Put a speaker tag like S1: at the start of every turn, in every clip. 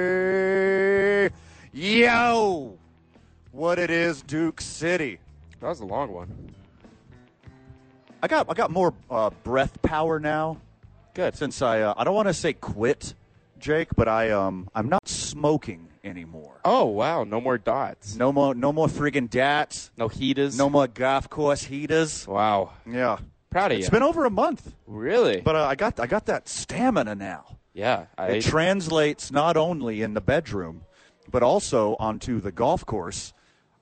S1: Hey, yo, what it is, Duke City?
S2: That was a long one.
S1: I got I got more uh, breath power now.
S2: Good.
S1: Since I uh, I don't want to say quit, Jake, but I um I'm not smoking anymore.
S2: Oh wow, no more dots.
S1: No more no more friggin' dats.
S2: No heaters.
S1: No more golf course heaters.
S2: Wow.
S1: Yeah,
S2: Proud of you.
S1: it's been over a month,
S2: really.
S1: but uh, I got I got that stamina now.
S2: yeah. I,
S1: It translates not only in the bedroom, but also onto the golf course,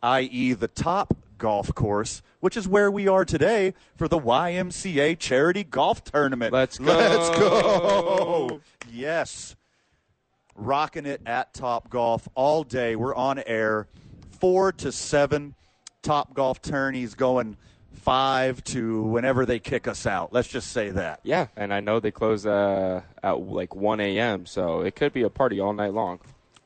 S1: i.e., the top golf course, which is where we are today for the YMCA charity golf tournament.
S2: Let's go.
S1: Let's go. Yes. Rocking it at Top Golf all day. We're on air. Four to seven Top Golf tourneys going five to whenever they kick us out. Let's just say that.
S2: yeah, and I know they close uh, at like 1 a.m., so it could be a party all night long.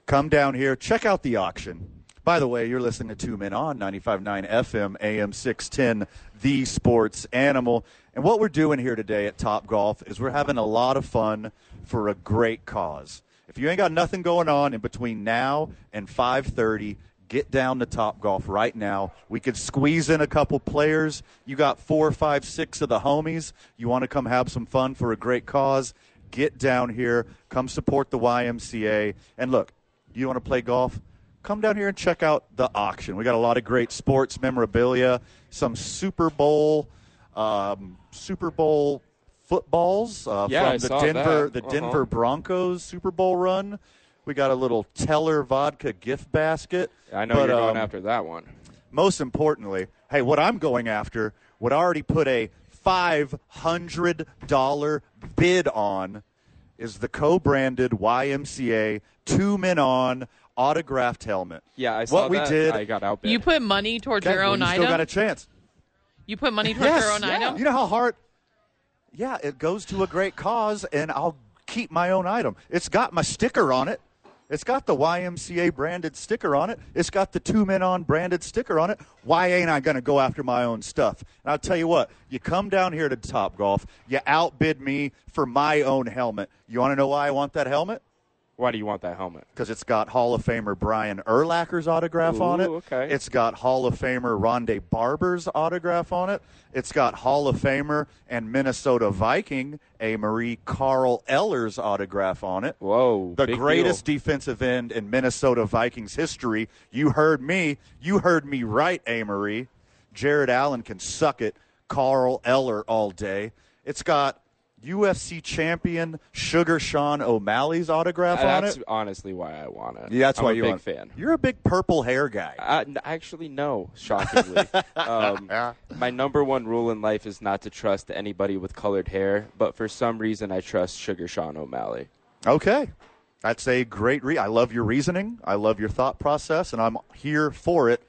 S1: come down here, check out the auction. By the way, you're listening to Two Men on 95.9 FM, AM 610, The Sports Animal. And what we're doing here today at Top Golf is we're having a lot of fun for a great cause. If you ain't got nothing going on in between now and 5:30, get down to Top Golf right now. We could squeeze in a couple players. You got four, five, six of the homies. You want to come have some fun for a great cause? Get down here. Come support the YMCA. And look, you want to play golf? Come down here and check out the auction. We got a lot of great sports memorabilia, some Super Bowl, um, Super Bowl footballs uh,
S2: Yeah,
S1: from
S2: I
S1: the
S2: saw
S1: Denver,
S2: that.
S1: the
S2: Uh-huh.
S1: Denver Broncos Super Bowl run. We got a little Teller vodka gift basket.
S2: I know
S1: But,
S2: you're
S1: um,
S2: going after that one.
S1: most importantly, hey, what I'm going after would already put a $500 bid on is the co-branded YMCA two men on autographed helmet.
S2: Yeah, I saw
S1: what we
S2: that.
S1: did.
S2: I got outbid.
S3: You put money towards
S1: Okay,
S3: your
S1: well,
S3: own
S1: you
S3: item.
S1: still got a chance.
S3: you put money towards
S1: Yes,
S3: your own
S1: yeah.
S3: item.
S1: You know how hard? Yeah, it goes to a great cause, and I'll keep my own item. It's got my sticker on it. It's got the YMCA branded sticker on it. It's got the Two Men On branded sticker on it. Why ain't I going to go after my own stuff? And I'll tell you what, you come down here to Top Golf, you outbid me for my own helmet. You want to know why I want that helmet?
S2: Why do you want that helmet?
S1: because it's got Hall of Famer Brian Erlacher's autograph on it.
S2: Ooh, okay.
S1: It's got Hall of Famer Rondé Barber's autograph on it. It's got Hall of Famer and Minnesota Viking A. Marie Carl Eller's autograph on it.
S2: Whoa,
S1: The
S2: big
S1: greatest defensive end in Minnesota Vikings history. You heard me. You heard me right, A. Marie. Jared Allen can suck it. Carl Eller all day. It's got UFC champion Sugar Sean O'Malley's autograph on it.
S2: Ah, That's honestly why I want it.
S1: Yeah, that's
S2: I'm
S1: why
S2: a
S1: you're
S2: big
S1: on.
S2: fan.
S1: You're a big purple hair guy.
S2: Uh, n- actually, no. Shockingly, um, my number one rule in life is not to trust anybody with colored hair. But for some reason, I trust Sugar Sean O'Malley.
S1: Okay, that's a great re. I love your reasoning. I love your thought process, and I'm here for it.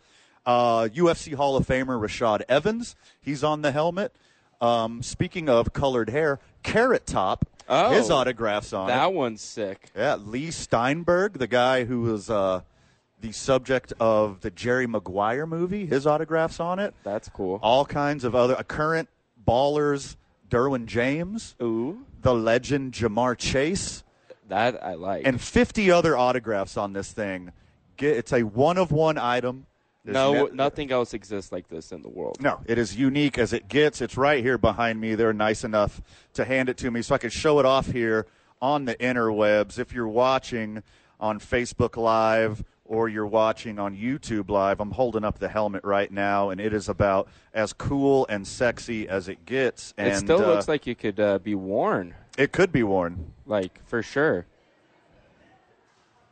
S1: Uh, UFC Hall of Famer Rashad Evans, he's on the helmet. Um, speaking of colored hair, Carrot Top,
S2: Oh.
S1: his autographs on it.
S2: That one's sick.
S1: Yeah, Lee Steinberg, the guy who was uh, the subject of the Jerry Maguire movie, his autographs on it.
S2: That's cool.
S1: All kinds of other a current ballers, Derwin James.
S2: Ooh,
S1: the legend Jamar Chase,
S2: that I like.
S1: and 50 other autographs on this thing. Get, it's a one of one item. There's
S2: no,
S1: ne-
S2: nothing else exists like this in the world.
S1: No, it is unique as it gets. It's right here behind me. They're nice enough to hand it to me so I can show it off here on the interwebs. If you're watching on Facebook Live or you're watching on YouTube Live, I'm holding up the helmet right now, and it is about as cool and sexy as it gets. And
S2: it still
S1: uh,
S2: looks like you could uh, be worn,
S1: it could be worn.
S2: like for sure.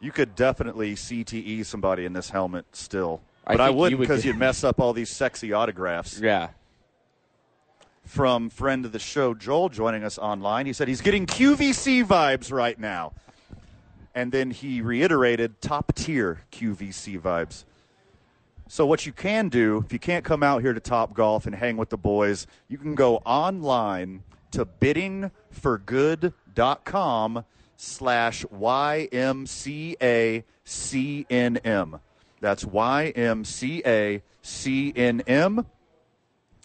S1: You could definitely CTE somebody in this helmet still.
S2: I
S1: But I,
S2: think you
S1: wouldn't
S2: would
S1: because
S2: get-
S1: you'd mess up all these sexy autographs.
S2: Yeah.
S1: from friend of the show Joel joining us online. He said he's getting QVC vibes right now. And then he reiterated top tier QVC vibes. So what you can do, if you can't come out here to Top Golf and hang with the boys, you can go online to biddingforgood.com slash YMCACNM. That's YMCACNM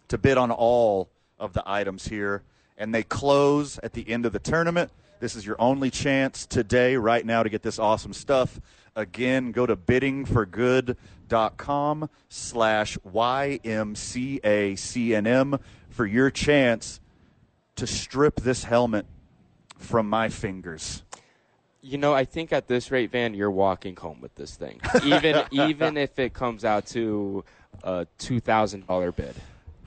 S1: to bid on all of the items here. And they close at the end of the tournament. This is your only chance today, right now, to get this awesome stuff. Again, go to biddingforgood.com slash YMCACNM for your chance to strip this helmet from my fingers.
S2: You know, I think at this rate, Van, you're walking home with this thing. Even even if it comes out to a two thousand dollar bid.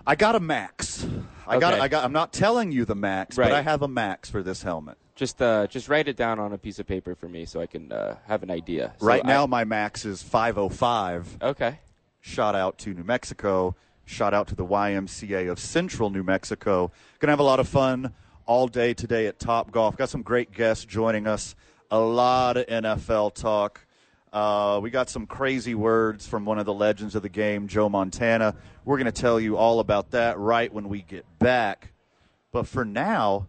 S1: I got a max. I got.
S2: Okay.
S1: I got. I'm not telling you the max,
S2: Right.
S1: but I have a max for this helmet.
S2: Just uh, just write it down on a piece of paper for me so I can uh, have an idea. So
S1: right
S2: I-
S1: now, my max is 505.
S2: okay.
S1: Shout out to New Mexico. Shout out to the YMCA of Central New Mexico. Gonna have a lot of fun all day today at Top Golf. Got some great guests joining us. A lot of NFL talk. Uh, we got some crazy words from one of the legends of the game, Joe Montana. We're gonna tell you all about that right when we get back. But for now,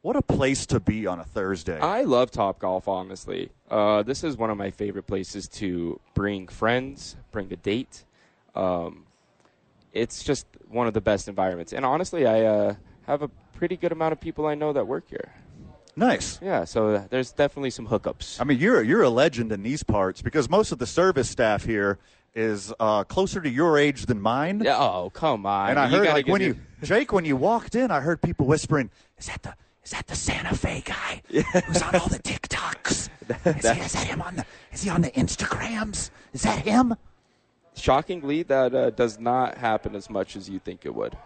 S1: what a place to be on a Thursday.
S2: I love Top Golf, honestly. Uh, this is one of my favorite places to bring friends, bring a date. Um, it's just one of the best environments. And honestly, I uh, have a pretty good amount of people I know that work here.
S1: nice.
S2: Yeah, so uh, there's definitely some hookups.
S1: I mean, you're you're a legend in these parts because most of the service staff here is uh, closer to your age than mine.
S2: Yeah, oh, come on.
S1: And I
S2: You
S1: heard
S2: gotta
S1: like
S2: give
S1: when
S2: me-
S1: you Jake when you walked in, I heard people whispering, "Is that the is that the Santa Fe guy who's on all the TikToks? Is, he, is that him on the is he on the Instagrams? Is that him?"
S2: Shockingly, that uh, does not happen as much as you think it would.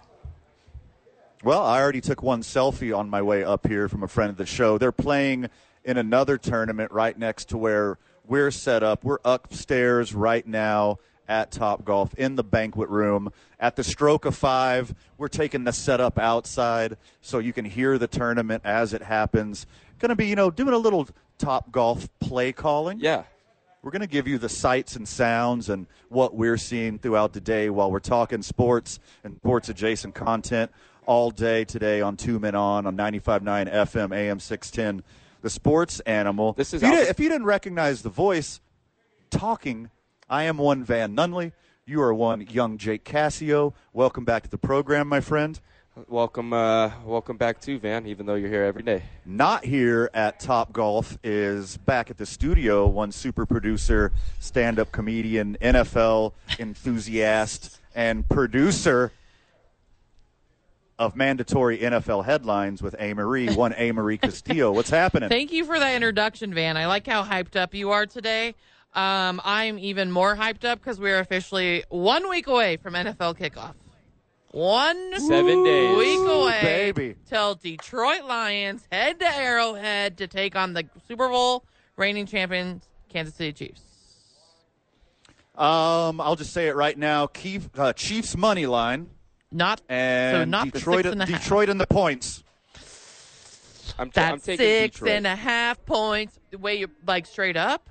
S1: Well, I already took one selfie on my way up here from a friend of the show. They're playing in another tournament right next to where we're set up. We're upstairs right now at Top Golf in the banquet room. At the stroke of five, we're taking the setup outside so you can hear the tournament as it happens. Going to be, you know, doing a little Top Golf play calling.
S2: Yeah.
S1: We're going to give you the sights and sounds and what we're seeing throughout the day while we're talking sports and sports adjacent content all day today on Two Men On on 95.9 FM AM 610. The sports animal.
S2: This
S1: if
S2: is
S1: you,
S2: Alpha-
S1: didn't- if you didn't recognize the voice talking, I am one Van Nunley. You are one young Jake Cassio. Welcome back to the program, my friend.
S2: Welcome, uh, welcome back to Van. Even though you're here every day,
S1: not here at Top Golf is back at the studio. One super producer, stand up comedian, NFL enthusiast, and producer of mandatory NFL headlines with A. Marie, one A. Marie Castillo. What's happening?
S3: Thank you for that introduction, Van. I like how hyped up you are today. Um, I'm even more hyped up because we're officially one week away from NFL kickoff. One
S2: Seven days.
S3: week away
S1: baby.
S3: till Detroit Lions head to Arrowhead to take on the Super Bowl reigning champions, Kansas City Chiefs.
S1: Um, I'll just say it right now Keef, uh, Chiefs money line
S3: Not
S1: and
S3: so not
S1: Detroit,
S3: the six and a half.
S1: Detroit and the points.
S2: I'm, t- I'm
S3: That's
S2: taking
S3: six
S2: Detroit
S3: and a half points. The way you like straight up.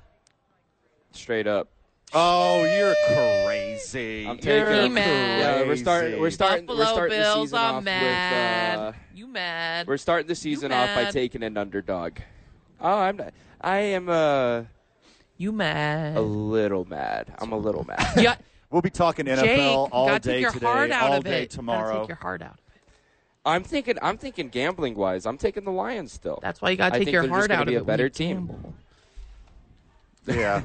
S2: straight up.
S1: Oh, you're crazy.
S2: I'm taking
S3: You're mad.
S2: Yeah, we're starting. We're
S1: Crazy.
S2: starting.
S3: Buffalo
S2: we're starting the
S3: Bills,
S2: season
S3: I'm
S2: off
S3: mad.
S2: with. Uh,
S3: you mad?
S2: we're starting the season off by
S3: mad.
S2: taking an underdog. Oh, I'm. Not, I am uh,
S3: you
S2: a
S3: mad?
S2: little mad. I'm a little mad.
S3: Yeah,
S1: We'll be talking NFL
S3: Jake,
S1: all
S3: gotta
S1: day
S3: take your
S1: today,
S3: heart out
S1: all
S3: of
S1: day
S3: it. Gotta
S1: tomorrow.
S3: take your heart out. of it.
S2: I'm thinking. I'm thinking gambling wise. I'm taking the Lions still.
S3: That's why you gotta
S2: I
S3: take
S2: think
S3: your
S2: they're just
S3: heart
S2: gonna
S3: out
S2: be
S3: of
S2: a
S3: it. when
S2: better
S3: you
S2: team.
S3: gamble.
S1: Yeah.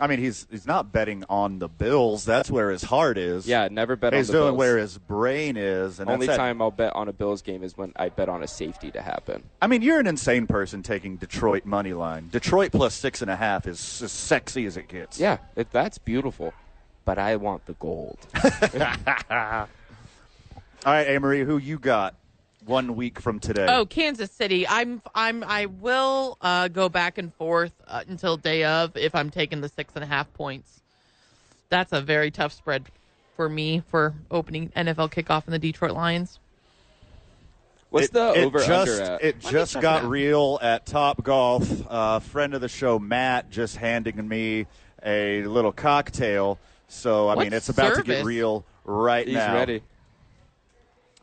S1: I mean, he's he's not betting on the Bills. That's where his heart is.
S2: Yeah, never bet
S1: he's
S2: on the
S1: doing
S2: Bills.
S1: where his brain is. And
S2: Only
S1: that's that-
S2: time I'll bet on a Bills game is when I bet on a safety to happen.
S1: I mean, you're an insane person taking Detroit money line. Detroit plus six and a half is as sexy as it gets.
S2: Yeah, it, that's beautiful. But I want the gold.
S1: All right, Amory, who you got? One week from today.
S3: Oh, Kansas City. I'm I'm I will uh, go back and forth uh, until day of if I'm taking the six and a half points. That's a very tough spread for me for opening NFL kickoff in the Detroit Lions.
S2: What's
S1: it,
S2: the
S1: it
S2: over
S1: just,
S2: under at?
S1: It
S3: me
S1: just
S3: check
S1: got
S3: it out.
S1: real at Top Golf. Uh, friend of the show, Matt, just handing me a little cocktail. So, I
S3: What
S1: mean, it's about to get
S3: service?
S1: real right
S2: He's
S1: now.
S2: ready.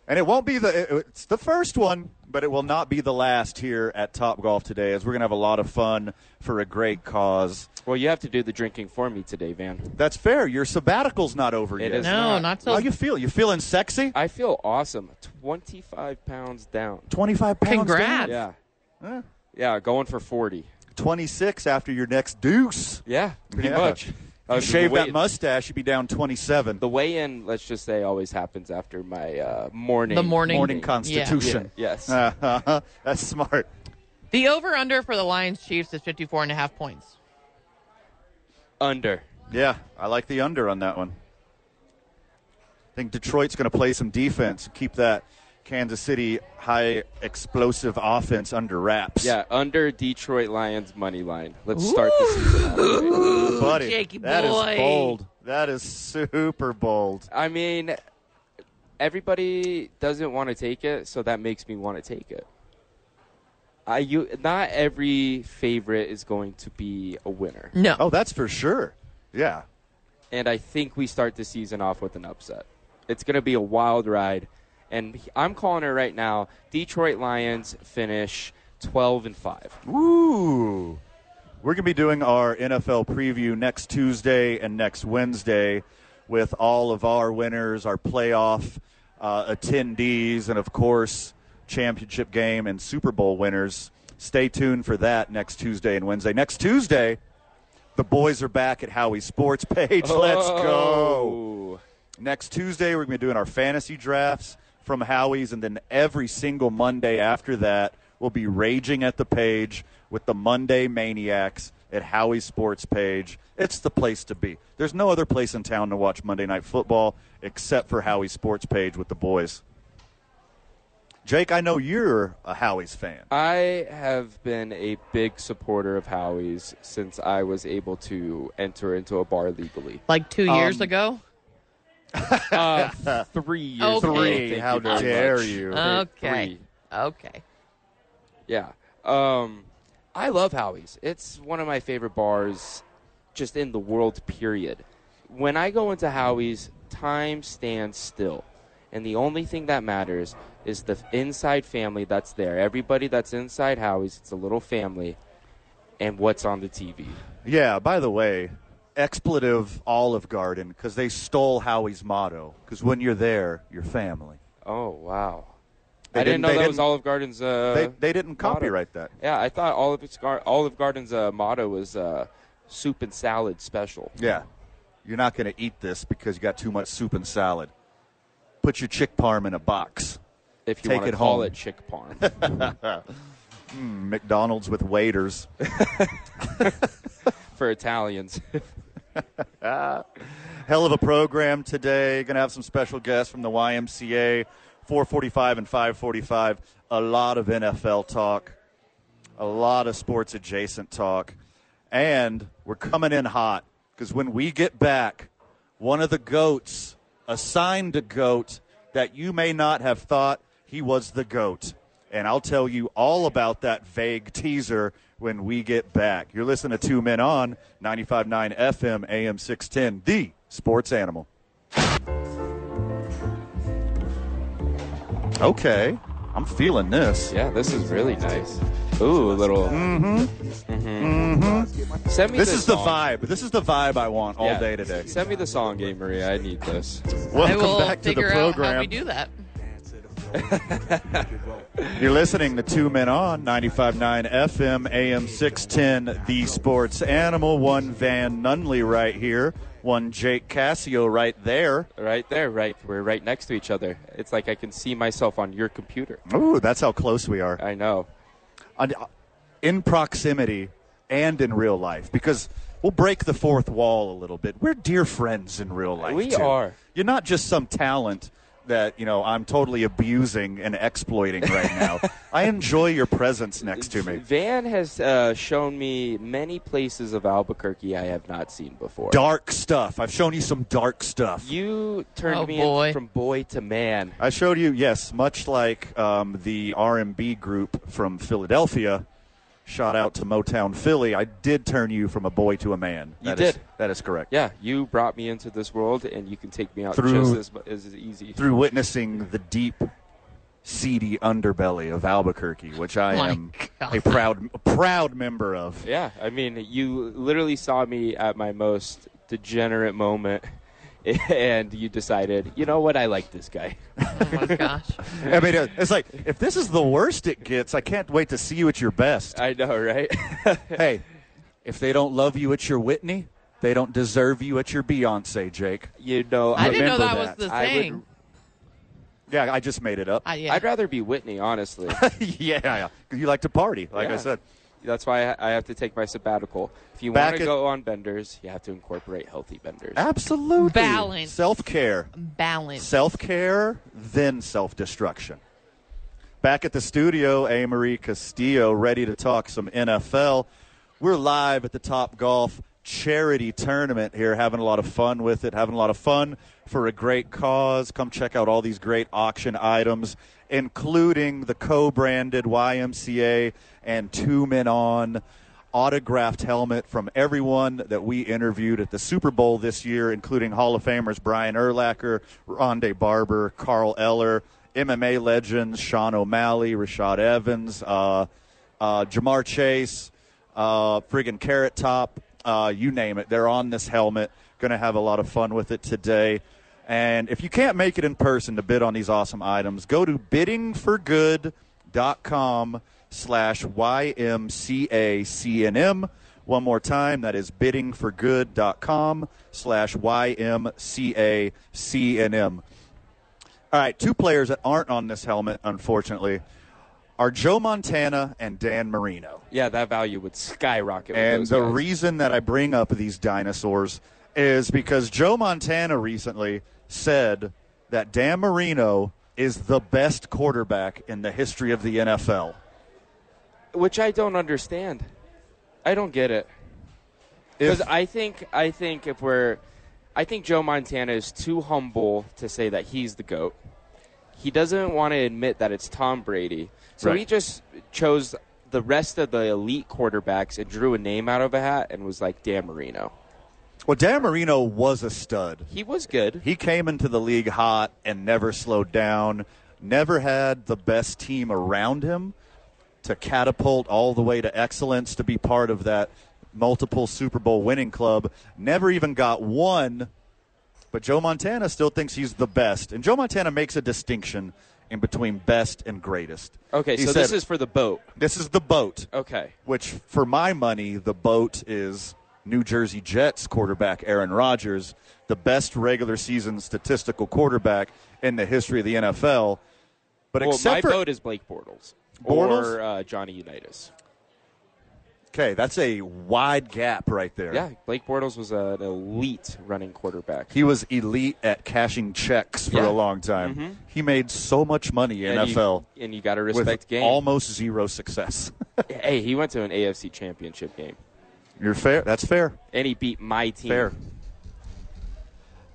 S1: And it won't be the it- it's the first one, but it will not be the last here at Top Golf today, as we're gonna have a lot of fun for a great cause.
S2: Well, you have to do the drinking for me today, Van.
S1: That's fair. Your sabbatical's not over
S2: It
S1: yet.
S2: is.
S3: No,
S2: not-
S3: not
S1: How
S3: till
S1: you feel? You feeling sexy?
S2: I feel awesome. 25 pounds down.
S1: Twenty five pounds.
S3: Congrats.
S1: down?
S2: Yeah. Yeah, going for 40.
S1: Twenty six after your next deuce.
S2: Yeah, pretty
S1: Yeah.
S2: much. Uh,
S1: you
S2: the
S1: shave
S2: weigh-
S1: that mustache, you'd be down twenty seven.
S2: The weigh in, let's just say, always happens after my uh, morning.
S3: The morning.
S1: morning
S3: Yeah.
S1: constitution.
S2: Yes.
S1: That's smart.
S3: the over under for the Lions Chiefs is 54 and a half points.
S2: Under.
S1: Yeah, I like the under on that one. I think Detroit's going to play some defense, keep that Kansas City high explosive offense under wraps.
S2: Yeah, under Detroit Lions money line. Let's start the season. out that way.
S1: buddy,
S3: Jakey
S1: that is
S3: boy.
S1: bold. That is super bold.
S2: I mean, everybody doesn't want to take it, so that makes me want to take it. I you not every favorite is going to be a winner,
S3: No.
S1: Oh, that's for sure. Yeah,
S2: and I think we start the season off with an upset. It's going to be a wild ride, and he- I'm calling it right now. Detroit Lions finish 12 and five.
S1: Ooh. We're going to be doing our NFL preview next Tuesday and next Wednesday with all of our winners, our playoff uh, attendees, and of course, championship game and Super Bowl winners. Stay tuned for that next Tuesday and Wednesday. Next Tuesday, the boys are back at Howie's Sports page. Let's go.
S2: Oh.
S1: Next Tuesday, we're going to be doing our fantasy drafts from Howie's, and then every single Monday after that, we'll be raging at the page with the Monday Maniacs at Howie's Sports page. It's the place to be. There's no other place in town to watch Monday Night Football except for Howie's Sports page with the boys. Jake, I know you're a Howie's fan.
S2: I have been a big supporter of Howie's since I was able to enter into a bar legally.
S3: like two years ago?
S2: Uh, three years. ago,
S3: Okay.
S2: thank you
S1: How
S2: very
S1: dare
S2: much.
S1: you.
S3: Okay.
S2: Three.
S3: Okay.
S2: Yeah. Um, I love Howie's. It's one of my favorite bars, just in the world. Period. When I go into Howie's, time stands still, and the only thing that matters is the inside family that's there. Everybody that's inside Howie's, it's a little family, and what's on the TV.
S1: Yeah, by the way, expletive Olive Garden because they stole Howie's motto because when you're there, you're family.
S2: Oh wow!
S1: They
S2: I
S1: didn't-
S2: didn't, know
S1: they
S2: that
S1: didn't-
S2: was Olive Garden's. Uh,
S1: they, they didn't
S2: motto.
S1: copyright that.
S2: Yeah, I thought Olive its Gar- Olive Garden's uh, motto was uh, "soup and salad special."
S1: Yeah. You're not going to eat this because you got too much soup and salad. Put your chick parm in a box.
S2: If you
S1: Take
S2: want
S1: it
S2: to call
S1: home.
S2: it chick parm.
S1: McDonald's with waiters.
S2: for Italians.
S1: Hell of a program today. Going to have some special guests from the YMCA, 445 and 545. A lot of NFL talk, a lot of sports adjacent talk. And we're coming in hot because when we get back, one of the GOATs, assigned a GOAT that you may not have thought he was the GOAT. And I'll tell you all about that vague teaser when we get back. You're listening to Two Men On 95.9 FM AM 610, the sports animal. Okay, I'm feeling this.
S2: yeah, this is really nice. Ooh, a little. Mm-hmm. Mm-hmm. Send me
S1: This
S2: the
S1: is the
S2: song.
S1: vibe. This is the vibe I want all
S2: Yeah.
S1: day today.
S2: Send me the song, Game Maria. I need this.
S3: I
S1: Welcome
S3: will
S1: back to the
S3: figure out how we
S1: program.
S3: do that.
S1: You're listening to Two Men On 95.9 FM, AM 610, The Sports Animal. One Van Nunley right here, one Jake Cassio right there.
S2: Right there, right. We're right next to each other. It's like I can see myself on your computer.
S1: Ooh, that's how close we are.
S2: I know.
S1: on- uh, in proximity and in real life because we'll break the fourth wall a little bit. We're dear friends in real life.
S2: We
S1: too.
S2: are.
S1: You're not just some talent that you know I'm totally abusing and exploiting right now. I enjoy your presence next to me.
S2: Van has uh, shown me many places of Albuquerque I have not seen before.
S1: Dark stuff. I've shown you some dark stuff.
S2: You turned
S3: Oh,
S2: me
S3: boy.
S2: In from boy to man.
S1: I showed you, yes, much like um, the R&B group from Philadelphia. Shout out to Motown Philly. I did turn you from a boy to a man.
S2: You
S1: That is-
S2: did.
S1: that is correct.
S2: Yeah, you brought me into this world, and you can take me out
S1: Through-
S2: just as, mu- as easy.
S1: Through witnessing the deep, seedy underbelly of Albuquerque, which I
S3: My
S1: am
S3: God.
S1: a proud, a proud member of.
S2: Yeah, I mean, you literally saw me at my most degenerate moment, and you decided, you know what, I like this guy.
S3: Oh my gosh.
S1: I mean, it- it's like if this is the worst it gets, I can't wait to see you at your best.
S2: I know, right?
S1: hey, if they don't love you at your Whitney, they don't deserve you at your Beyonce, Jake.
S2: you know,
S3: I didn't know
S1: remember that.
S3: that, was the
S2: I would-
S3: thing.
S1: Yeah, I just made it up.
S3: I, yeah.
S2: I'd rather be Whitney, honestly.
S1: yeah, yeah. 'Cause you like to party, like I
S2: Yeah.
S1: said.
S2: That's why I I have to take my sabbatical. If you
S1: Back
S2: want
S1: at-
S2: to go on benders, you have to incorporate healthy benders.
S1: Absolutely.
S3: Balance.
S1: Self care.
S3: balance.
S1: Self care, then self destruction. Back at the studio, A. Marie Castillo ready to talk some NFL. We're live at the Top Golf charity tournament here, having a lot of fun with it, having a lot of fun for a great cause. Come check out all these great auction items, including the co branded YMCA and Two Men On autographed helmet from everyone that we interviewed at the Super Bowl this year, including Hall of Famers Brian Erlacher, Rondé Barber, Carl Eller, MMA legends Sean O'Malley, Rashad Evans, uh, uh, Jamar Chase, uh, friggin' Carrot Top, uh, you name it. They're on this helmet. Going to have a lot of fun with it today. And if you can't make it in person to bid on these awesome items, go to biddingforgood.com slash YMCACNM. One more time, that is biddingforgood.com slash YMCACNM. All right, two players that aren't on this helmet, unfortunately, are Joe Montana and Dan Marino.
S2: Yeah, that value would skyrocket. with
S1: And
S2: those
S1: the
S2: guys.
S1: reason that I bring up these dinosaurs is because Joe Montana recently said that Dan Marino is the best quarterback in the history of the NFL.
S2: which I don't understand. I don't get it. Because
S1: If-
S2: I think I think if we're, I think Joe Montana is too humble to say that he's the goat. He doesn't want to admit that it's Tom Brady, so
S1: Right.
S2: he just chose the rest of the elite quarterbacks and drew a name out of a hat and was like Dan Marino.
S1: Well, Dan Marino was a stud.
S2: He was good.
S1: He came into the league hot and never slowed down, never had the best team around him to catapult all the way to excellence to be part of that multiple Super Bowl winning club. Never even got one, but Joe Montana still thinks he's the best. And Joe Montana makes a distinction in between best and greatest.
S2: okay,
S1: He
S2: so
S1: said,
S2: this is for the boat.
S1: this is the boat
S2: Okay,
S1: which for my money, the boat is New Jersey Jets quarterback Aaron Rodgers, the best regular season statistical quarterback in the history of the NFL. But
S2: well,
S1: except
S2: my
S1: for
S2: vote is Blake Bortles,
S1: Bortles?
S2: or uh, Johnny Unitas.
S1: okay, that's a wide gap right there.
S2: Yeah, Blake Bortles was an elite running quarterback.
S1: He was elite at cashing checks for
S2: Yeah. Mm-hmm.
S1: a long time. He made so much money in
S2: And you-
S1: NFL
S2: and you got to
S1: with
S2: respect game.
S1: almost zero success.
S2: hey, he went to an AFC Championship game,
S1: You're fair. That's fair.
S2: and he beat my team.
S1: Fair.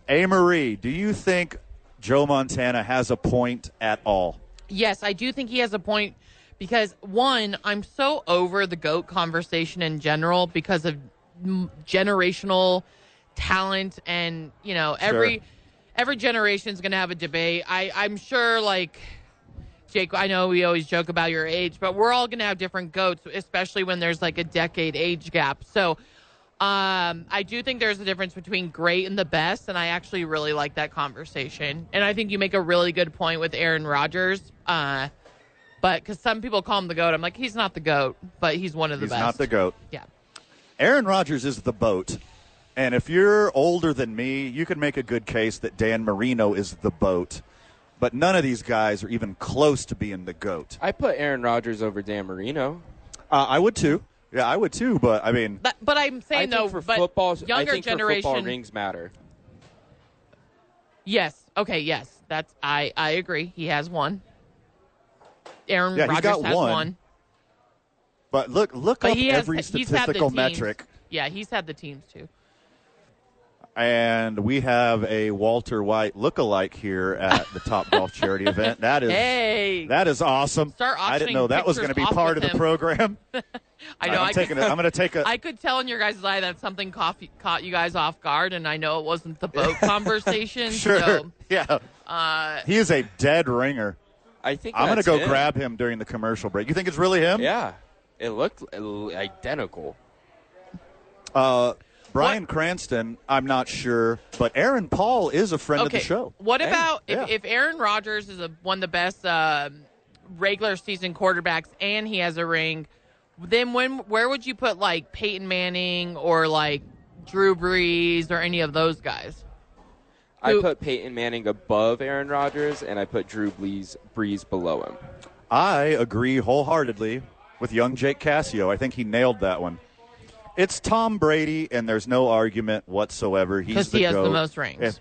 S1: A. Marie, do you think Joe Montana has a point at all?
S3: Yes, I do think he has a point because one, I'm so over the goat conversation in general because of m- generational talent and you know every
S1: Sure.
S3: every generation is going to have a debate. I I'm sure like Jake, I know we always joke about your age, but we're all going to have different goats, especially when there's like a decade age gap. So. Um, I do think there's a difference between great and the best, and I actually really like that conversation. And I think you make a really good point with Aaron Rodgers, uh, but because some people call him the goat, I'm like, he's not the goat, but he's one of the
S1: He's
S3: best.
S1: not the goat.
S3: Yeah,
S1: Aaron Rodgers is the boat. And if you're older than me, you can make a good case that Dan Marino is the boat. But none of these guys are even close to being the goat.
S2: I put Aaron Rodgers over Dan Marino.
S1: Uh, I would too. Yeah, I would too. But I mean,
S3: but but I'm
S2: I think
S3: saying though,
S2: for
S3: but
S2: football, I
S3: younger
S2: think for
S3: generation,
S2: football rings matter.
S3: yes, okay, yes, That's I I agree. He has one. Aaron
S1: Yeah, he's
S3: Rodgers
S1: got
S3: has
S1: one.
S3: one.
S1: But look, look
S3: But
S1: up
S3: he has
S1: every
S3: he's had the
S1: statistical
S3: teams.
S1: metric,
S3: Yeah, he's had the teams too.
S1: and we have a Walter White lookalike here at the Top Golf charity event. That is
S3: Hey.
S1: that is awesome.
S3: Start
S1: I didn't
S3: auctioning
S1: know that was going to
S3: pictures
S1: be
S3: off
S1: part of
S3: with
S1: the
S3: him.
S1: program.
S3: I know
S1: I'm
S3: I
S1: taking
S3: could,
S1: it. I'm going to take a.
S3: I could tell in your guys' eye that something caught, caught you guys off guard, and I know it wasn't the boat conversation.
S1: sure.
S3: So,
S1: yeah.
S3: uh,
S1: He is a dead ringer.
S2: I think
S1: I'm going to
S2: that's
S1: go
S2: him.
S1: grab him during the commercial break. You think it's really him?
S2: Yeah, it looked l- identical.
S1: Uh, Brian Cranston, I'm not sure, but Aaron Paul is a friend
S3: okay.
S1: of the show.
S3: What
S2: Hey,
S3: about
S1: yeah.
S3: if, if Aaron Rodgers is a, one of the best um, regular season quarterbacks and he has a ring? Then when where would you put like Peyton Manning or like Drew Brees or any of those guys?
S2: I
S3: Who-
S2: put Peyton Manning above Aaron Rodgers, and I put Drew Brees, Brees below him.
S1: I agree wholeheartedly with young Jake Cassio. I think he nailed that one. It's Tom Brady, and there's no argument whatsoever. He's
S3: 'Cause
S1: the
S3: he has the
S1: GOAT.
S3: most rings.
S1: And-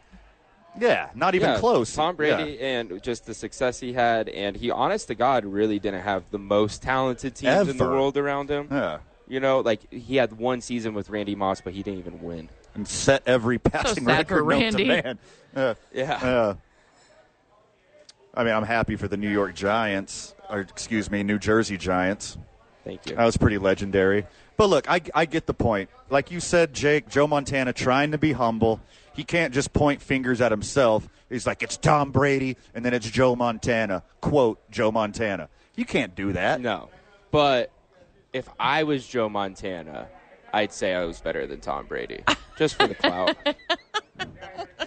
S1: yeah, not even
S2: Yeah,
S1: close.
S2: Tom Brady and just the success he had, and he, honest to God, really didn't have the most talented teams in the
S1: Ever.
S2: world around him.
S1: Yeah. Yeah.
S2: You know, like he had one season with Randy Moss, but he didn't even win.
S1: And set every passing
S3: sad for
S1: record known to
S3: Randy.
S1: man. Yeah.
S2: Yeah.
S1: Yeah. I mean, I'm happy for the New York Giants, or excuse me, New Jersey Giants.
S2: Thank you.
S1: That was pretty legendary. But look, I, I get the point. Like you said, Jake, Joe Montana trying to be humble. He can't just point fingers at himself. He's like, it's Tom Brady, and then it's Joe Montana. Quote, Joe Montana. You can't do that.
S2: No. But if I was Joe Montana, I'd say I was better than Tom Brady. Just for the clout.
S1: I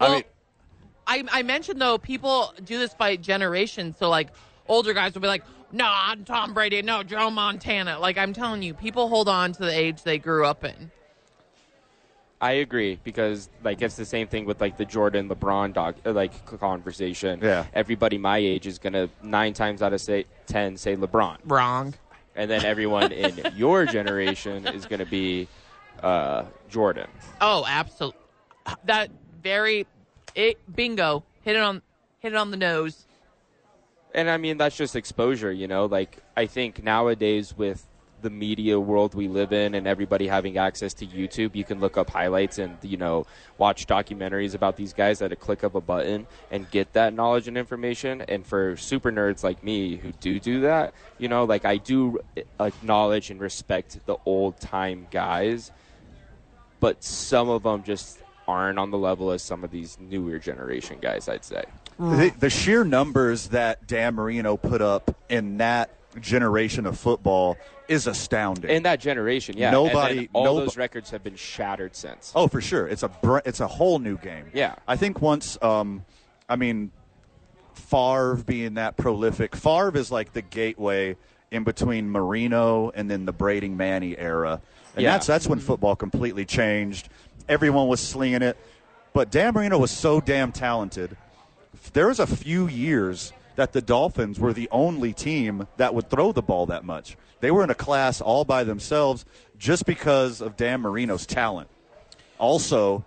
S3: Well,
S1: mean-
S3: I, I mentioned though people do this by generation. So like older guys will be like, "No, I'm Tom Brady. No, Joe Montana." Like I'm telling you, people hold on to the age they grew up in.
S2: I agree because like it's the same thing with like the Jordan LeBron dog uh, like c- conversation.
S1: Yeah.
S2: Everybody my age is gonna nine times out of say ten say LeBron,
S3: Wrong.
S2: and then everyone in your generation is gonna be uh, Jordan.
S3: Oh, absolutely. That very it bingo hit it on hit it on the nose.
S2: And I mean, that's just exposure, you know? Like, I think nowadays with the media world we live in and everybody having access to YouTube, you can look up highlights and, you know, watch documentaries about these guys at a click of a button and get that knowledge and information. And for super nerds like me who do do that, you know, like, I do acknowledge and respect the old time guys, but some of them just aren't on the level as some of these newer generation guys, I'd say.
S1: The, the sheer numbers that Dan Marino put up in that generation of football is astounding.
S2: in that generation. Yeah,
S1: Nobody-
S2: And then all
S1: nobo-
S2: those records have been shattered since.
S1: Oh, for sure. It's a br- it's a whole new game.
S2: Yeah.
S1: I think once, um, I mean, Favre being that prolific, Favre is like the gateway in between Marino and then the Brading Manny era, and
S2: Yeah.
S1: that's that's when football completely changed. Everyone was slinging it, but Dan Marino was so damn talented. There was a few years that the Dolphins were the only team that would throw the ball that much. They were in a class all by themselves just because of Dan Marino's talent. Also,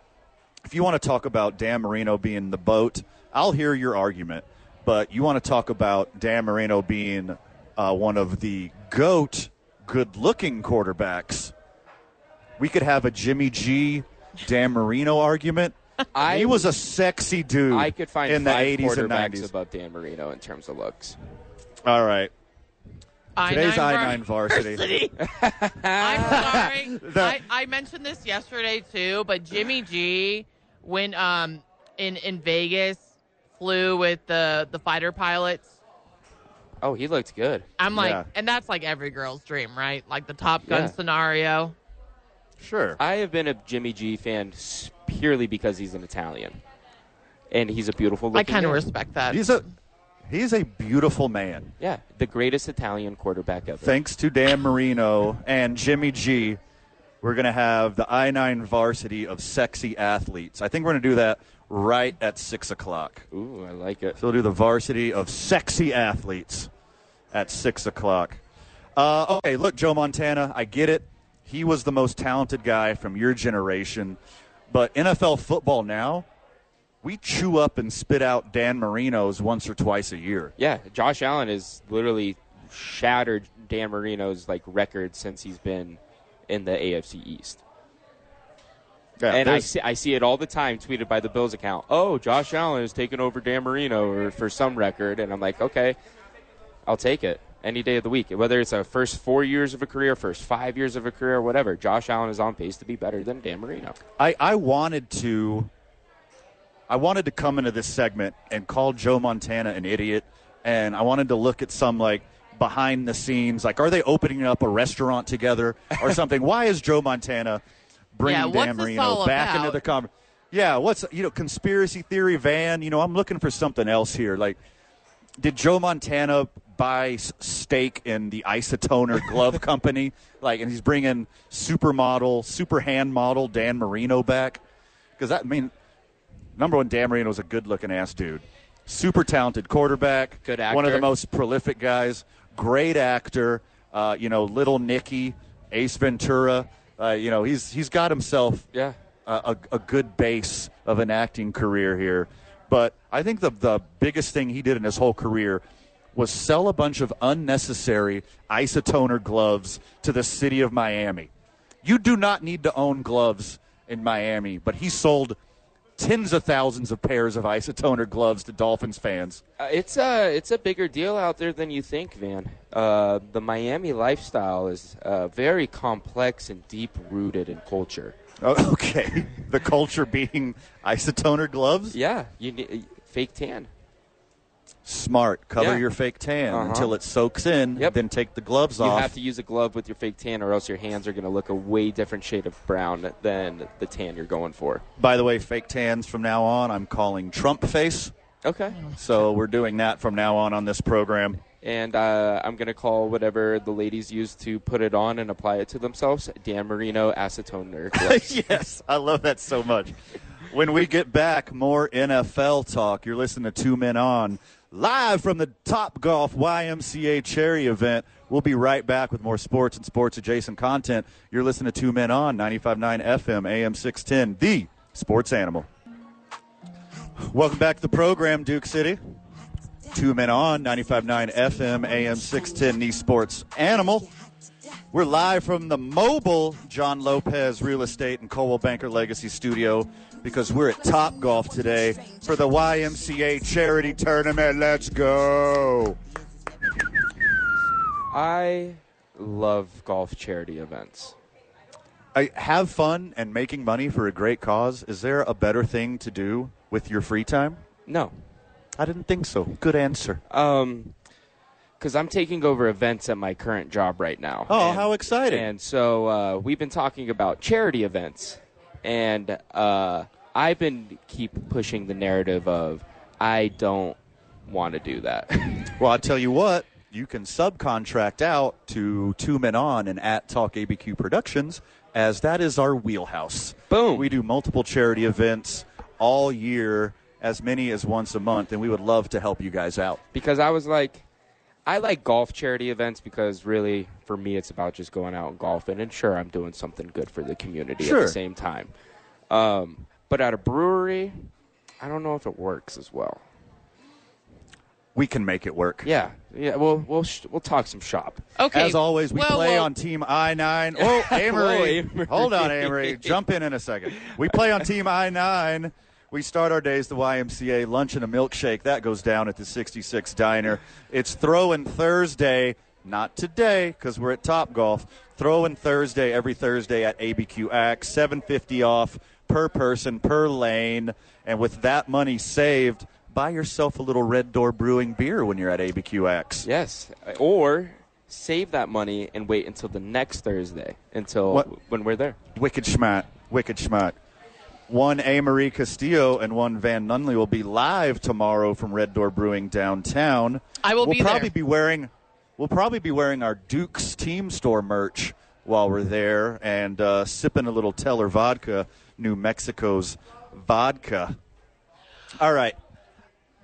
S1: if you want to talk about Dan Marino being the boat, I'll hear your argument. But you want to talk about Dan Marino being uh, one of the goat good-looking quarterbacks? We could have a Jimmy G, Dan Marino argument.
S2: I-
S1: he was a sexy dude.
S2: I could find
S1: in the
S2: five
S1: 80s and
S2: quarterbacks
S1: 90s.
S2: above Dan Marino in terms of looks.
S1: All right,
S3: I
S1: today's I
S3: nine
S1: nine varsity.
S3: I'm sorry.
S1: The-
S3: I, I mentioned this yesterday too, but Jimmy G, when um in in Vegas, flew with the the fighter pilots.
S2: Oh, he looked good.
S3: I'm like,
S1: Yeah.
S3: and that's like every girl's dream, right? Like the Top Gun
S2: Yeah.
S3: scenario.
S1: Sure.
S2: I have been a Jimmy G fan s- purely because he's an Italian, and he's a beautiful.
S3: I
S2: looking
S3: kind of
S2: man.
S3: respect that.
S1: He's a he's a beautiful man.
S2: Yeah, the greatest Italian quarterback ever.
S1: thanks to Dan Marino and Jimmy G, we're going to have the I 9 varsity of sexy athletes. I think we're going to do that right at 6 o'clock.
S2: Ooh, I like it.
S1: So we'll do the varsity of sexy athletes at 6 o'clock. Uh, okay, look, Joe Montana, I get it. He was the most talented guy from your generation. But NFL football now, we chew up and spit out Dan Marino's once or twice a year.
S2: Yeah, Josh Allen has literally shattered Dan Marino's like record since he's been in the AFC East.
S1: Yeah,
S2: and I
S1: there's-
S2: see, I see it all the time tweeted by the Bills account. Oh, Josh Allen is taking over Dan Marino or for some record. And I'm like, okay, I'll take it any day of the week. Whether it's a first four years of a career, first five years of a career, whatever, Josh Allen is on pace to be better than Dan Marino.
S1: I, I wanted to I wanted to come into this segment and call Joe Montana an idiot and I wanted to look at some like behind the scenes like are they opening up a restaurant together or something why is Joe Montana bringing
S3: Yeah, what's
S1: Dan
S3: this
S1: Marino
S3: all
S1: back
S3: about?
S1: into the conversation yeah what's you know conspiracy theory van you know I'm looking for something else here like did Joe Montana buy s- stake in the Isotoner Glove Company? Like, and he's bringing supermodel, super hand model Dan Marino back? Because I mean, number one, Dan Marino was a good-looking ass dude, super talented quarterback,
S2: Good
S1: one of the
S2: actor.
S1: most prolific guys, great actor. Uh, you know, Little Nicky, Ace Ventura. Uh, you know, he's he's got himself
S2: Yeah.
S1: a, a a good base of an acting career here. But I think the, the biggest thing he did in his whole career was sell a bunch of unnecessary isotoner gloves to the city of Miami. You do not need to own gloves in Miami, but he sold tens of thousands of pairs of isotoner gloves to Dolphins fans.
S2: Uh, it's a it's a bigger deal out there than you think, Van. Uh, the Miami lifestyle is uh, very complex and deep rooted in culture.
S1: Oh, Okay. the culture being isotoner gloves?
S2: Yeah, you need fake tan.
S1: Smart. Cover
S2: Yeah.
S1: your fake tan
S2: Uh-huh.
S1: until it soaks in,
S2: Yep.
S1: then take the gloves
S2: You
S1: off.
S2: have to use a glove with your fake tan, or else your hands are going to look a way different shade of brown than the tan you're going for.
S1: By the way, fake tans from now on, I'm calling Trump face.
S2: Okay.
S1: So we're doing that from now on on this program.
S2: And uh, I'm going to call whatever the ladies use to put it on and apply it to themselves Dan Marino acetone nerd gloves.
S1: yes, I love that so much. When we get back, more NFL talk. You're listening to Two Men On live from the Top Golf YMCA Cherry event. We'll be right back with more sports and sports adjacent content. You're listening to Two Men On 95.9 FM, AM 610, the sports animal. Welcome back to the program, Duke City. Two Men On 95.9 FM, AM 610, the sports animal. We're live from the mobile John Lopez Real Estate and Coldwell Banker Legacy Studio because we're at Top Golf today for the YMCA charity tournament. Let's go.
S2: I love golf charity events.
S1: I have fun and making money for a great cause. Is there a better thing to do with your free time?
S2: No,
S1: I didn't think so. Good answer.
S2: Um, because I'm taking over events at my current job right now.
S1: Oh, how exciting.
S2: And so uh, we've been talking about charity events, and uh, I've been keep pushing the narrative of I don't want to do that.
S1: Well, I tell you what, you can subcontract out to Two Men On and at Talk ABQ Productions, as that is our wheelhouse.
S2: Boom.
S1: We do multiple charity events all year, as many as once a month, and we would love to help you guys out.
S2: because I was like, I like golf charity events because really, for me, it's about just going out and golfing, and sure, I'm doing something good for the community at
S1: Sure.
S2: the same time. Um, but at a brewery, I don't know if it works as well.
S1: We can make it work.
S2: Yeah, yeah. We'll we'll sh- we'll talk some shop.
S3: Okay.
S1: As always, we
S3: Well,
S1: play
S3: well,
S1: on Team I nine. Oh, Amory.
S2: Whoa, Amory.
S1: Hold on, Amory. Jump in in a second. We play on Team I nine. We start our days the YMCA lunch and a milkshake. That goes down at the 66 Diner. It's Throwing Thursday, not today because we're at Top Golf. Throwing Thursday every Thursday at ABQ Axe, 750 off per person per lane, and with that money saved, buy yourself a little Red Door Brewing beer when you're at ABQ Axe.
S2: Yes, or save that money and wait until the next Thursday until
S1: What?
S2: when we're there.
S1: Wicked Schmat. Wicked Schmat. One A. Marie Castillo and one Van Nunley will be live tomorrow from Red Door Brewing downtown.
S3: I will
S1: we'll
S3: be there.
S1: probably be wearing we'll probably be wearing our Duke's team store merch while we're there and uh, sipping a little Teller vodka, New Mexico's vodka. All right.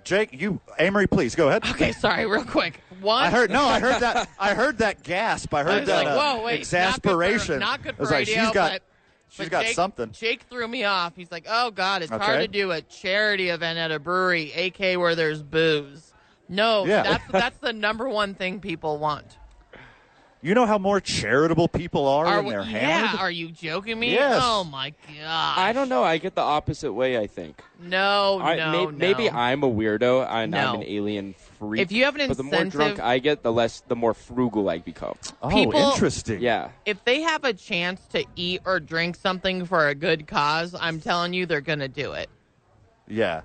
S1: Jake, you Amory, please go ahead.
S3: Okay, sorry, real quick. One.
S1: I heard no, I heard that I heard that gasp. I heard
S3: was
S1: that
S3: like,
S1: uh,
S3: whoa, wait, not good for-
S1: exasperation.
S3: not good
S1: I was
S3: for
S1: like,
S3: radio,
S1: she's got
S3: but-
S1: She's
S3: But
S1: got
S3: Jake-
S1: something.
S3: Jake threw me off. He's like, "Oh God, it's
S1: Okay.
S3: hard to do a charity event at a brewery, aka where there's booze." No,
S1: Yeah.
S3: that's that's the number one thing people want.
S1: You know how more charitable people are, when
S3: we-
S1: they're
S3: yeah,
S1: hammered?
S3: are you joking me?
S1: Yes.
S3: Oh my god.
S2: I don't know. I get the opposite way. I think.
S3: No,
S2: I,
S3: no,
S2: may-
S3: no.
S2: Maybe I'm a weirdo and
S3: No.
S2: I'm an alien freak.
S3: If you have an
S2: but the more drunk
S3: incentive-
S2: I get, the less, the more frugal I become.
S1: oh,
S3: people-
S1: interesting.
S2: Yeah.
S3: if they have a chance to eat or drink something for a good cause, I'm telling you, they're gonna do it.
S1: Yeah.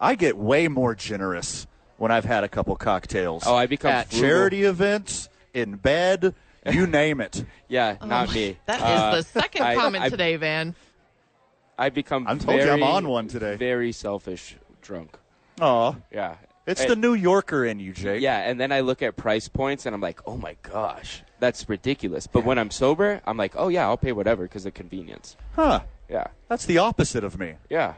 S1: I get way more generous when I've had a couple cocktails.
S2: Oh, I become
S1: at
S2: frugal.
S1: charity events, in bed, you name it.
S2: Yeah, not
S3: Oh,
S2: me.
S3: That is
S2: Uh,
S3: the second
S2: I-
S3: comment
S2: I-
S3: today, Van.
S2: I become.
S1: I'm told you
S2: very,
S1: I'm on one today.
S2: Very selfish drunk.
S1: Aw.
S2: Yeah.
S1: It's
S2: Eh,
S1: the New Yorker in you, Jake.
S2: Yeah, and then I look at price points and I'm like, oh my gosh, that's ridiculous. But when I'm sober, I'm like, oh yeah, I'll pay whatever because of convenience.
S1: Huh.
S2: Yeah,
S1: That's the opposite of me.
S2: yeah.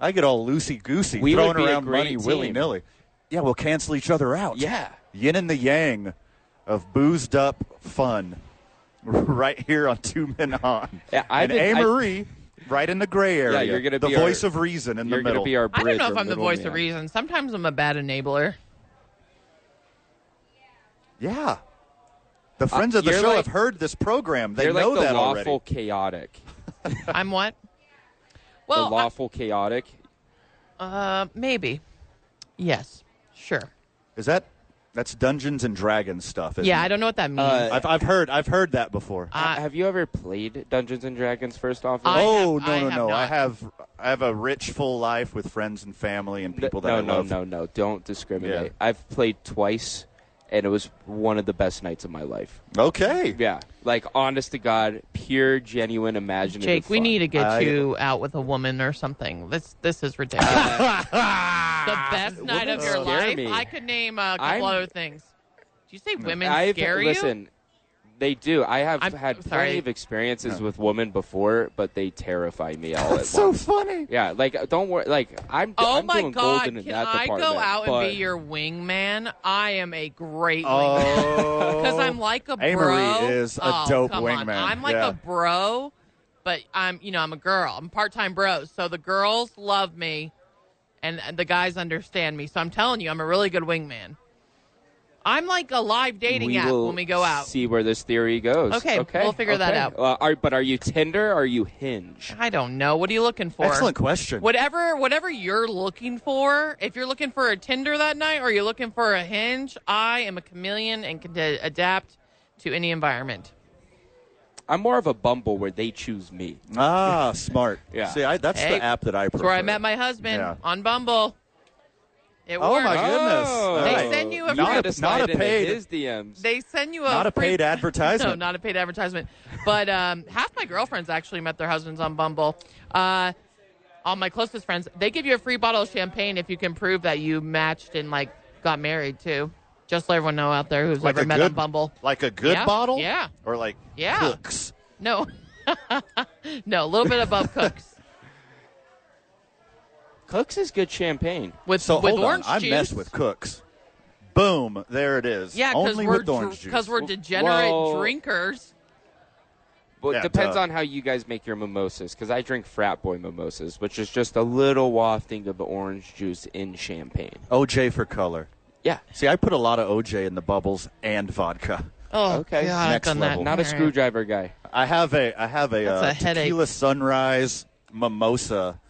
S1: I get all loosey goosey,
S2: We would
S1: throwing
S2: be a
S1: around
S2: great
S1: money
S2: team.
S1: willy nilly. Yeah, we'll cancel each other out.
S2: Yeah.
S1: Yin and the yang of boozed up fun right here on Two Men On.
S2: Yeah, I've
S1: and
S2: been-
S1: A.
S2: I-
S1: Marie right in the gray area.
S2: Yeah, you're gonna
S1: the
S2: be our-
S1: voice of reason in
S2: You're
S1: the middle.
S2: gonna be our.
S3: I
S2: Bridge
S3: don't know if
S2: or
S3: I'm the
S2: middle
S3: voice
S2: man.
S3: of reason. Sometimes I'm a bad enabler.
S1: yeah. The friends of the
S2: Uh, you're
S1: show
S2: like-
S1: have heard this program. They
S2: You're
S1: know
S2: like the
S1: that
S2: lawful
S1: already.
S2: chaotic.
S3: I'm what?
S2: The
S3: Well, I-
S2: lawful chaotic.
S3: uh, maybe. Yes. Sure.
S1: Is that that's Dungeons and Dragons stuff? Isn't
S3: Yeah,
S1: it?
S3: I don't know what that means.
S2: Uh,
S1: I've, I've heard I've heard that before.
S3: I-
S2: have you ever played Dungeons and Dragons? First off,
S3: Uh, I
S1: oh
S3: have-
S1: no
S3: I
S1: no
S3: have
S1: no! I
S3: not.
S1: have I have a rich full life with friends and family and people that
S2: no,
S1: I
S2: no,
S1: love.
S2: no, no! Don't discriminate.
S1: Yeah.
S2: I've played twice, and it was one of the best nights of my life.
S1: Okay.
S2: Yeah, like honest to God, pure, genuine, imaginative.
S3: Jake, we
S2: fun.
S3: need to get
S1: I-
S3: you out with a woman or something. This this is ridiculous. the best night of your
S2: scare
S3: life.
S2: me.
S3: I could name a couple
S2: I'm-
S3: other things. Do you say women
S2: I've
S3: scare you?
S2: listen. They do. I have
S3: I'm
S2: had
S3: sorry.
S2: plenty of experiences with women before, but they terrify me all at
S1: So
S2: once.
S1: funny.
S2: Yeah, like uh, don't worry. Like I'm.
S3: Oh
S2: I'm
S3: my
S2: doing
S3: God!
S2: golden
S3: Can
S2: in that
S3: I
S2: department,
S3: go out
S2: but
S3: and be your wingman? I am a great wingman
S1: Oh.
S3: because I'm like a
S1: Amory
S3: bro.
S1: is a
S3: Oh,
S1: dope
S3: come on.
S1: wingman.
S3: I'm like
S1: Yeah.
S3: a bro, but I'm you know I'm a girl. I'm part time bro, so the girls love me, and the guys understand me. So I'm telling you, I'm a really good wingman. I'm like a live dating
S2: we
S3: app
S2: will
S3: when we go out.
S2: See where this theory goes.
S3: Okay, we'll figure that
S2: okay.
S3: out.
S2: Uh, are, but are you Tinder? Or are you Hinge?
S3: I don't know. What are you looking for?
S1: Excellent question.
S3: Whatever, whatever you're looking for. If you're looking for a Tinder that night, or you're looking for a Hinge, I am a chameleon and can ad- adapt to any environment.
S2: I'm more of a Bumble where they choose me.
S1: Ah, smart.
S2: Yeah.
S1: See, I, that's
S3: Hey,
S1: the app that I prefer.
S3: That's where I met my husband
S1: Yeah.
S3: on Bumble. It
S1: Oh
S3: worked.
S1: my goodness!
S2: Oh.
S1: All
S3: They
S1: right.
S3: send you a
S1: not
S3: free-
S1: a, not a paid
S2: His DMs.
S3: They send you a
S1: not a
S3: free-
S1: paid advertisement.
S3: No, not a paid advertisement. But um, half my girlfriends actually met their husbands on Bumble. Uh, all my closest friends, they give you a free bottle of champagne if you can prove that you matched and like got married too. Just let everyone know out there who's
S1: like
S3: ever
S1: a
S3: met
S1: good
S3: on Bumble.
S1: Like a good
S3: Yeah,
S1: bottle.
S3: yeah.
S1: Or like
S3: Yeah.
S1: hooks.
S3: No, no, a little bit above Cooks
S2: Cooks is good champagne.
S3: with
S1: So
S3: with
S1: hold
S3: orange
S1: on.
S3: juice.
S1: I mess with cooks. Boom! There it is.
S3: yeah, because
S1: Only
S3: we're
S1: with orange juice.
S3: because we're degenerate
S2: Well-
S3: drinkers.
S2: Well,
S1: Yeah,
S2: it depends
S1: duh.
S2: on how you guys make your mimosas, because I drink frat boy mimosas, which is just a little wafting of orange juice in champagne.
S1: OJ for color.
S2: Yeah.
S1: See, I put a lot of OJ in the bubbles and vodka.
S3: Oh,
S2: Okay.
S3: God, I've
S1: Next
S3: done
S1: level.
S3: that.
S2: Not a
S3: All right.
S2: screwdriver guy.
S1: I have a I have a,
S3: That's
S1: uh,
S3: a headache.
S1: tequila sunrise mimosa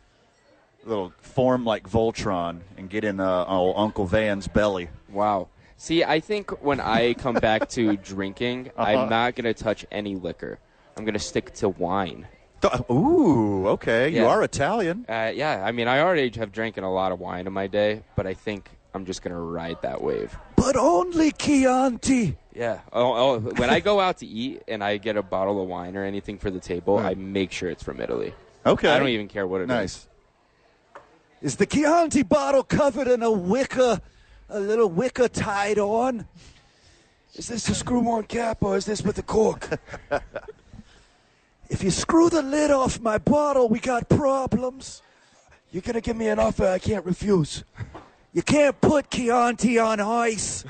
S1: little form like Voltron and get in uh, old Uncle Van's belly.
S2: Wow. See, I think when I come back to drinking, I'm not going to touch any liquor. I'm going to stick to wine.
S1: Th- Ooh, okay, you
S2: Yeah.
S1: are Italian.
S2: Uh, yeah, I mean, I already have drinking a lot of wine in my day, but I think I'm just going to ride that wave.
S1: But only Chianti.
S2: Yeah. Oh, oh, when I go out to eat and I get a bottle of wine or anything for the table, I make sure it's from Italy.
S1: Okay.
S2: I don't even care what it is.
S1: Nice. Is the Chianti bottle covered in a wicker a little wicker tied on?
S2: Is this a screw on cap or is this with a cork?
S1: If you screw the lid off my bottle, we got problems.
S2: You're gonna give me an offer I can't refuse.
S1: You can't put Chianti on ice.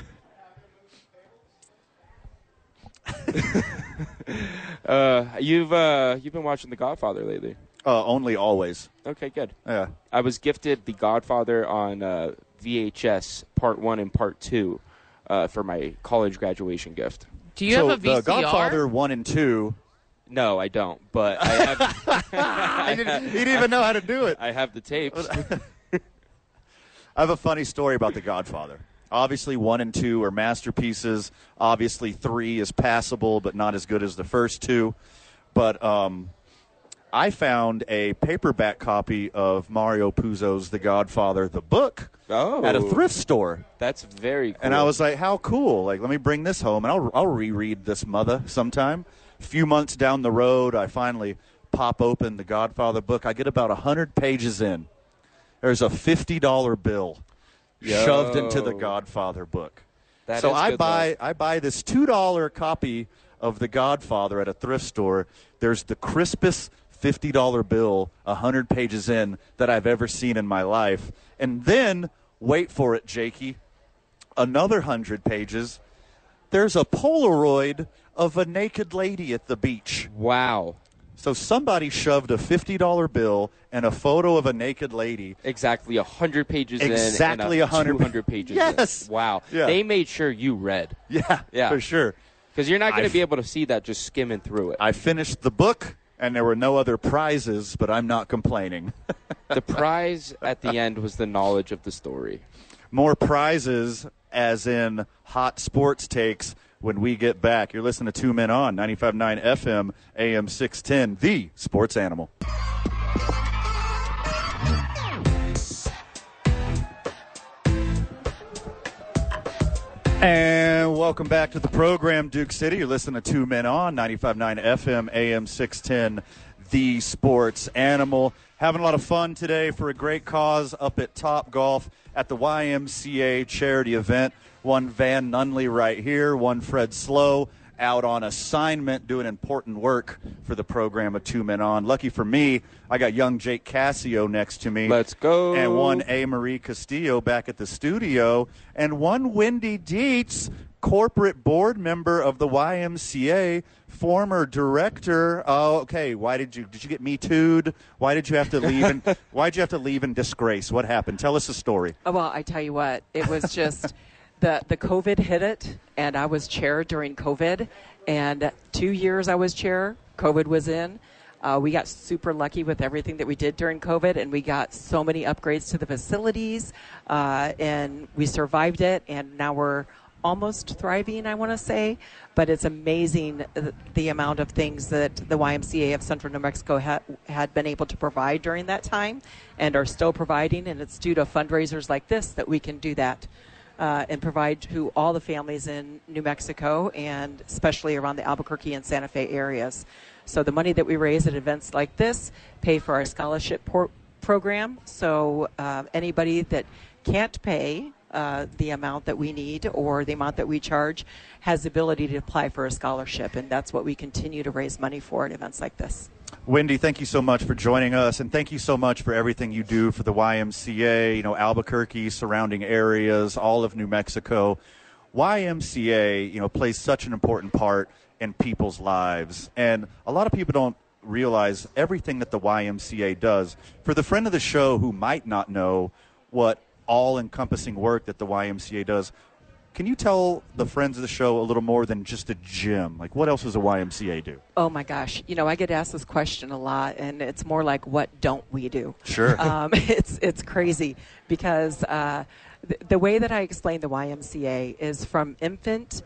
S2: Uh, you've uh, you've been watching The Godfather lately.
S1: Uh, only always.
S2: Okay, good.
S1: Yeah.
S2: I was gifted The Godfather on uh, VHS Part One and Part Two uh, for my college graduation gift.
S3: Do you
S1: so
S3: have a VCR?
S1: the Godfather one and two.
S2: No, I don't, but I have
S1: I didn't, he didn't even know how to do it.
S2: I have the tapes.
S1: I have a funny story about The Godfather. Obviously, one and two are masterpieces. Obviously, three is passable, but not as good as the first two. But um, I found a paperback copy of Mario Puzo's The Godfather, the book,
S2: Oh.
S1: at a thrift store.
S2: That's very. Cool.
S1: And I was like, how cool. Like, let me bring this home and I'll, I'll reread this mother sometime. A few months down the road, I finally pop open the Godfather book. I get about 100 pages in. There's a $50 bill shoved
S2: Yo.
S1: into the Godfather book.
S2: That
S1: so
S2: is
S1: I
S2: good
S1: buy
S2: luck.
S1: I buy this $2 copy of The Godfather at a thrift store. There's the crispest $50 bill 100 pages in that I've ever seen in my life. And then wait for it, Jakey another hundred pages, there's a Polaroid of a naked lady at the beach.
S2: wow.
S1: So somebody shoved a $50 bill and a photo of a naked lady.
S2: Exactly a hundred pages
S1: Exactly
S2: in.
S1: 100
S2: hundred pages. in.
S1: Yes.
S2: Wow.
S1: Yeah.
S2: They made sure you read
S1: Yeah,
S2: Yeah.
S1: for sure.
S2: because you're not going
S1: I've-
S2: to be able to see that just skimming through it.
S1: I finished the book and there were no other prizes, but I'm not complaining.
S2: the prize at the end was the knowledge of the story.
S1: More prizes, as in hot sports takes, when we get back. You're listening to Two Men On, 95.9 FM, AM 610, the sports animal. And welcome back to the program, Duke City. You're listening to Two Men On, 95.9 FM, AM 610, The Sports Animal. Having a lot of fun today for a great cause up at Top Golf at the YMCA charity event. One Van Nunley right here, one Fred Slow out on assignment doing important work for the program of Two Men On. Lucky for me, I got young Jake Cassio next to me.
S2: Let's go.
S1: And one a. Marie Castillo back at the studio, and one Wendy Dietz, corporate board member of the YMCA, former director. Oh, okay, why did you did you get me tooed? Why did you have to leave? And why did you have to leave in disgrace? What happened? Tell us the story.
S4: Oh, Well, I tell you what, it was just the the COVID hit it, and I was chair during COVID, and two years I was chair. COVID was in. Uh, we got super lucky with everything that we did during COVID, and we got so many upgrades to the facilities, uh, and we survived it, and now we're almost thriving, I want to say, but it's amazing th- the amount of things that the YMCA of Central New Mexico ha- had been able to provide during that time and are still providing. And it's due to fundraisers like this that we can do that uh, and provide to all the families in New Mexico and especially around the Albuquerque and Santa Fe areas. So the money that we raise at events like this pay for our scholarship por- program. So uh, anybody that can't pay uh, the amount that we need or the amount that we charge has the ability to apply for a scholarship, and that's what we continue to raise money for at events like this.
S1: Wendy, thank you so much for joining us, and thank you so much for everything you do for the YMCA, you know, Albuquerque, surrounding areas, all of New Mexico. YMCA, you know, plays such an important part in people's lives, and a lot of people don't realize everything that the YMCA does. For the friend of the show who might not know what all-encompassing work that the YMCA does, can you tell the friends of the show a little more than just a gym? Like, what else does the YMCA do?
S4: Oh my gosh, you know, I get asked this question a lot, and it's more like, what don't we do?
S1: Sure.
S4: um, it's it's crazy because uh, th- the way that I explain the YMCA is from infant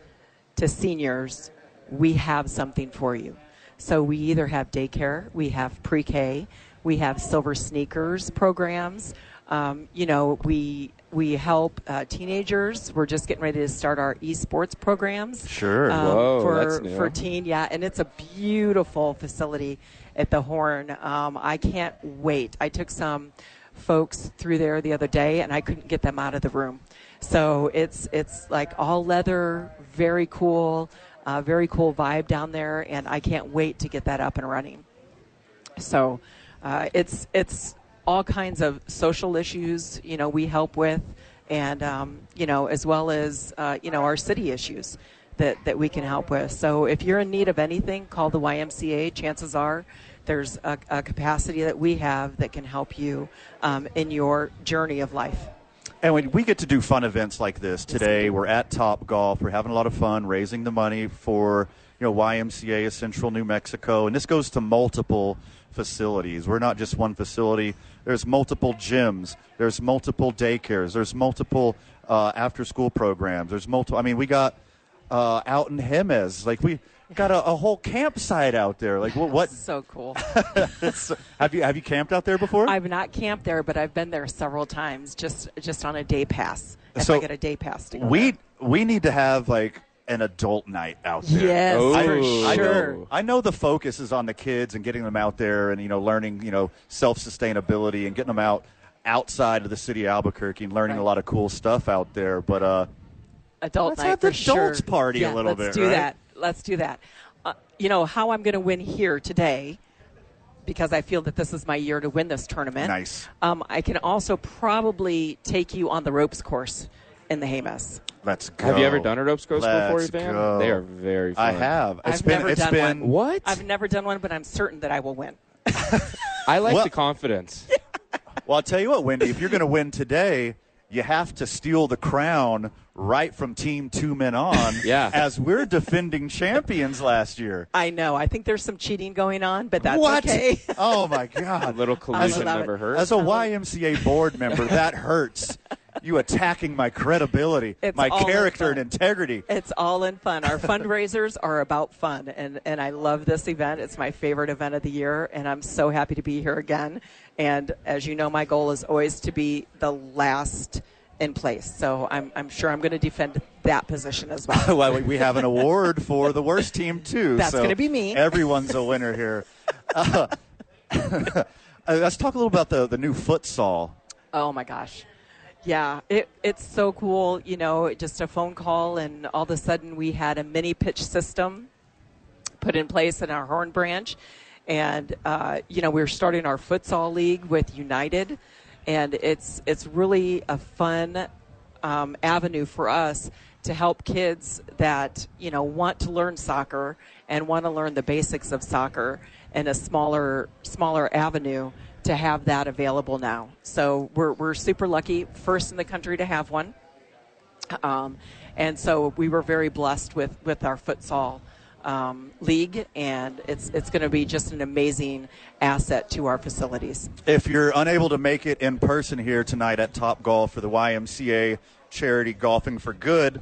S4: to seniors, we have something for you. So we either have daycare, we have pre-K, we have silver sneakers programs. Um, you know, we we help uh, teenagers. We're just getting ready to start our esports programs. Um,
S1: Sure.
S2: Whoa,
S4: for
S2: that's new.
S4: for teen, yeah, and it's a beautiful facility at the Horn. Um, I can't wait. I took some folks through there the other day, and I couldn't get them out of the room. So it's it's like all leather, very cool, uh, very cool vibe down there, and I can't wait to get that up and running. So uh, it's it's all kinds of social issues. You know, we help with, and um, you know, as well as uh, you know our city issues. that, that we can help with. So if you're in need of anything, call the YMCA. Chances are there's a, a capacity that we have that can help you um, in your journey of life.
S1: And when we get to do fun events like this today, we're at Top Golf. We're having a lot of fun raising the money for you know YMCA of Central New Mexico, and this goes to multiple facilities. We're not just one facility. There's multiple gyms. There's multiple daycares. There's multiple uh, after-school programs. There's multiple. I mean, we got uh, out in Hemes, like we got a, a whole campsite out there. Like what? what
S4: So cool.
S1: have you have you camped out there before?
S4: I've not camped there, but I've been there several times just just on a day pass. If
S1: So,
S4: I get a day pass to go
S1: we
S4: there.
S1: we need to have like an adult night out there.
S4: Yes,
S2: Oh.
S4: for
S2: I-
S1: I
S4: sure.
S1: know, I know the focus is on the kids and getting them out there and you know learning you know self sustainability and getting them out outside of the city of Albuquerque and learning a
S4: Right.
S1: lot of cool stuff out there. But uh,
S4: adult
S1: Let's
S4: night
S1: have
S4: for
S1: the adults
S4: sure.
S1: party a
S4: Yeah,
S1: little
S4: let's
S1: bit,
S4: do
S1: right?
S4: that. Let's do that. Uh, you know how I'm going to win here today because I feel that this is my year to win this tournament.
S1: Nice.
S4: Um, I can also probably take you on the ropes course in the Hamas.
S1: let's go.
S2: Have you ever done a ropes course before,
S1: Let's
S2: Van?
S1: go.
S2: They are very fun.
S1: I have. It's
S4: I've
S1: been.
S4: never
S1: it's
S4: done
S1: been.
S4: one.
S2: What?
S4: I've never done one, but I'm certain that I will win.
S2: I like
S1: Well-
S2: the confidence.
S1: Well, I'll tell you what, Wendy. If you're going to win today, you have to steal the crown right from Team Two Men On.
S2: Yeah.
S1: As we're defending champions last year.
S4: I know. I think there's some cheating going on, but that's
S1: what?
S4: okay.
S1: Oh my God.
S2: A little collusion
S4: allow it.
S2: never hurt.
S1: As a YMCA board member, that hurts. You attacking my credibility,
S4: It's
S1: my
S4: all in
S1: character, and
S4: fun.
S1: integrity.
S4: It's all in fun. Our fundraisers are about fun, and, and I love this event. It's my favorite event of the year, and I'm so happy to be here again. And as you know, my goal is always to be the last in place. So I'm, I'm sure I'm going to defend that position as well.
S1: well, we- we have an award for the worst team too.
S4: That's
S1: so
S4: gonna be me.
S1: Everyone's a winner here. Uh, uh, let's talk a little about the the new futsal.
S4: oh my gosh. Yeah, it, it's so cool. You know, just a phone call, and all of a sudden we had a mini pitch system put in place in our Horn branch. And, uh, you know, we're starting our futsal league with United. And it's, it's really a fun um, avenue for us to help kids that, you know, want to learn soccer and want to learn the basics of soccer in a smaller, smaller avenue to have that available now. So we're, we're super lucky, first in the country to have one. Um, and so we were very blessed with, with our futsal um, league, and it's, it's going to be just an amazing asset to our facilities.
S1: If you're unable to make it in person here tonight at Top Golf for the YMCA charity Golfing for Good,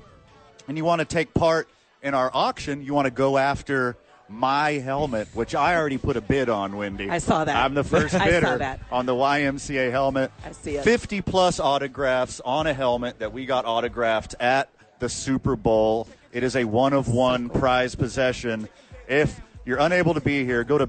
S1: and you want to take part in our auction, you want to go after my helmet, which I already put a bid on, Wendy.
S4: I saw that.
S1: I'm the first
S4: I saw
S1: bidder
S4: that.
S1: on the YMCA helmet.
S4: I see it.
S1: 50 plus autographs on a helmet that we got autographed at the Super Bowl. It is a one of one prize possession. If you're unable to be here, go to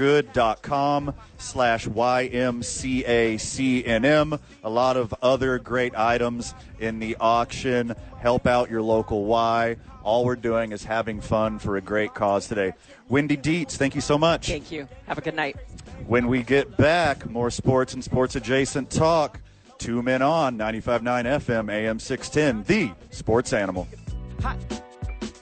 S1: biddingforgood.com slash YMCACNM. A lot of other great items in the auction. Help out your local Y. All we're doing is having fun for a great cause today. Wendy Dietz, thank you so much.
S4: Thank you. Have a good night.
S1: When we get back, more sports and sports adjacent talk. Two men on 95.9 FM AM 610, the sports animal.
S5: Hot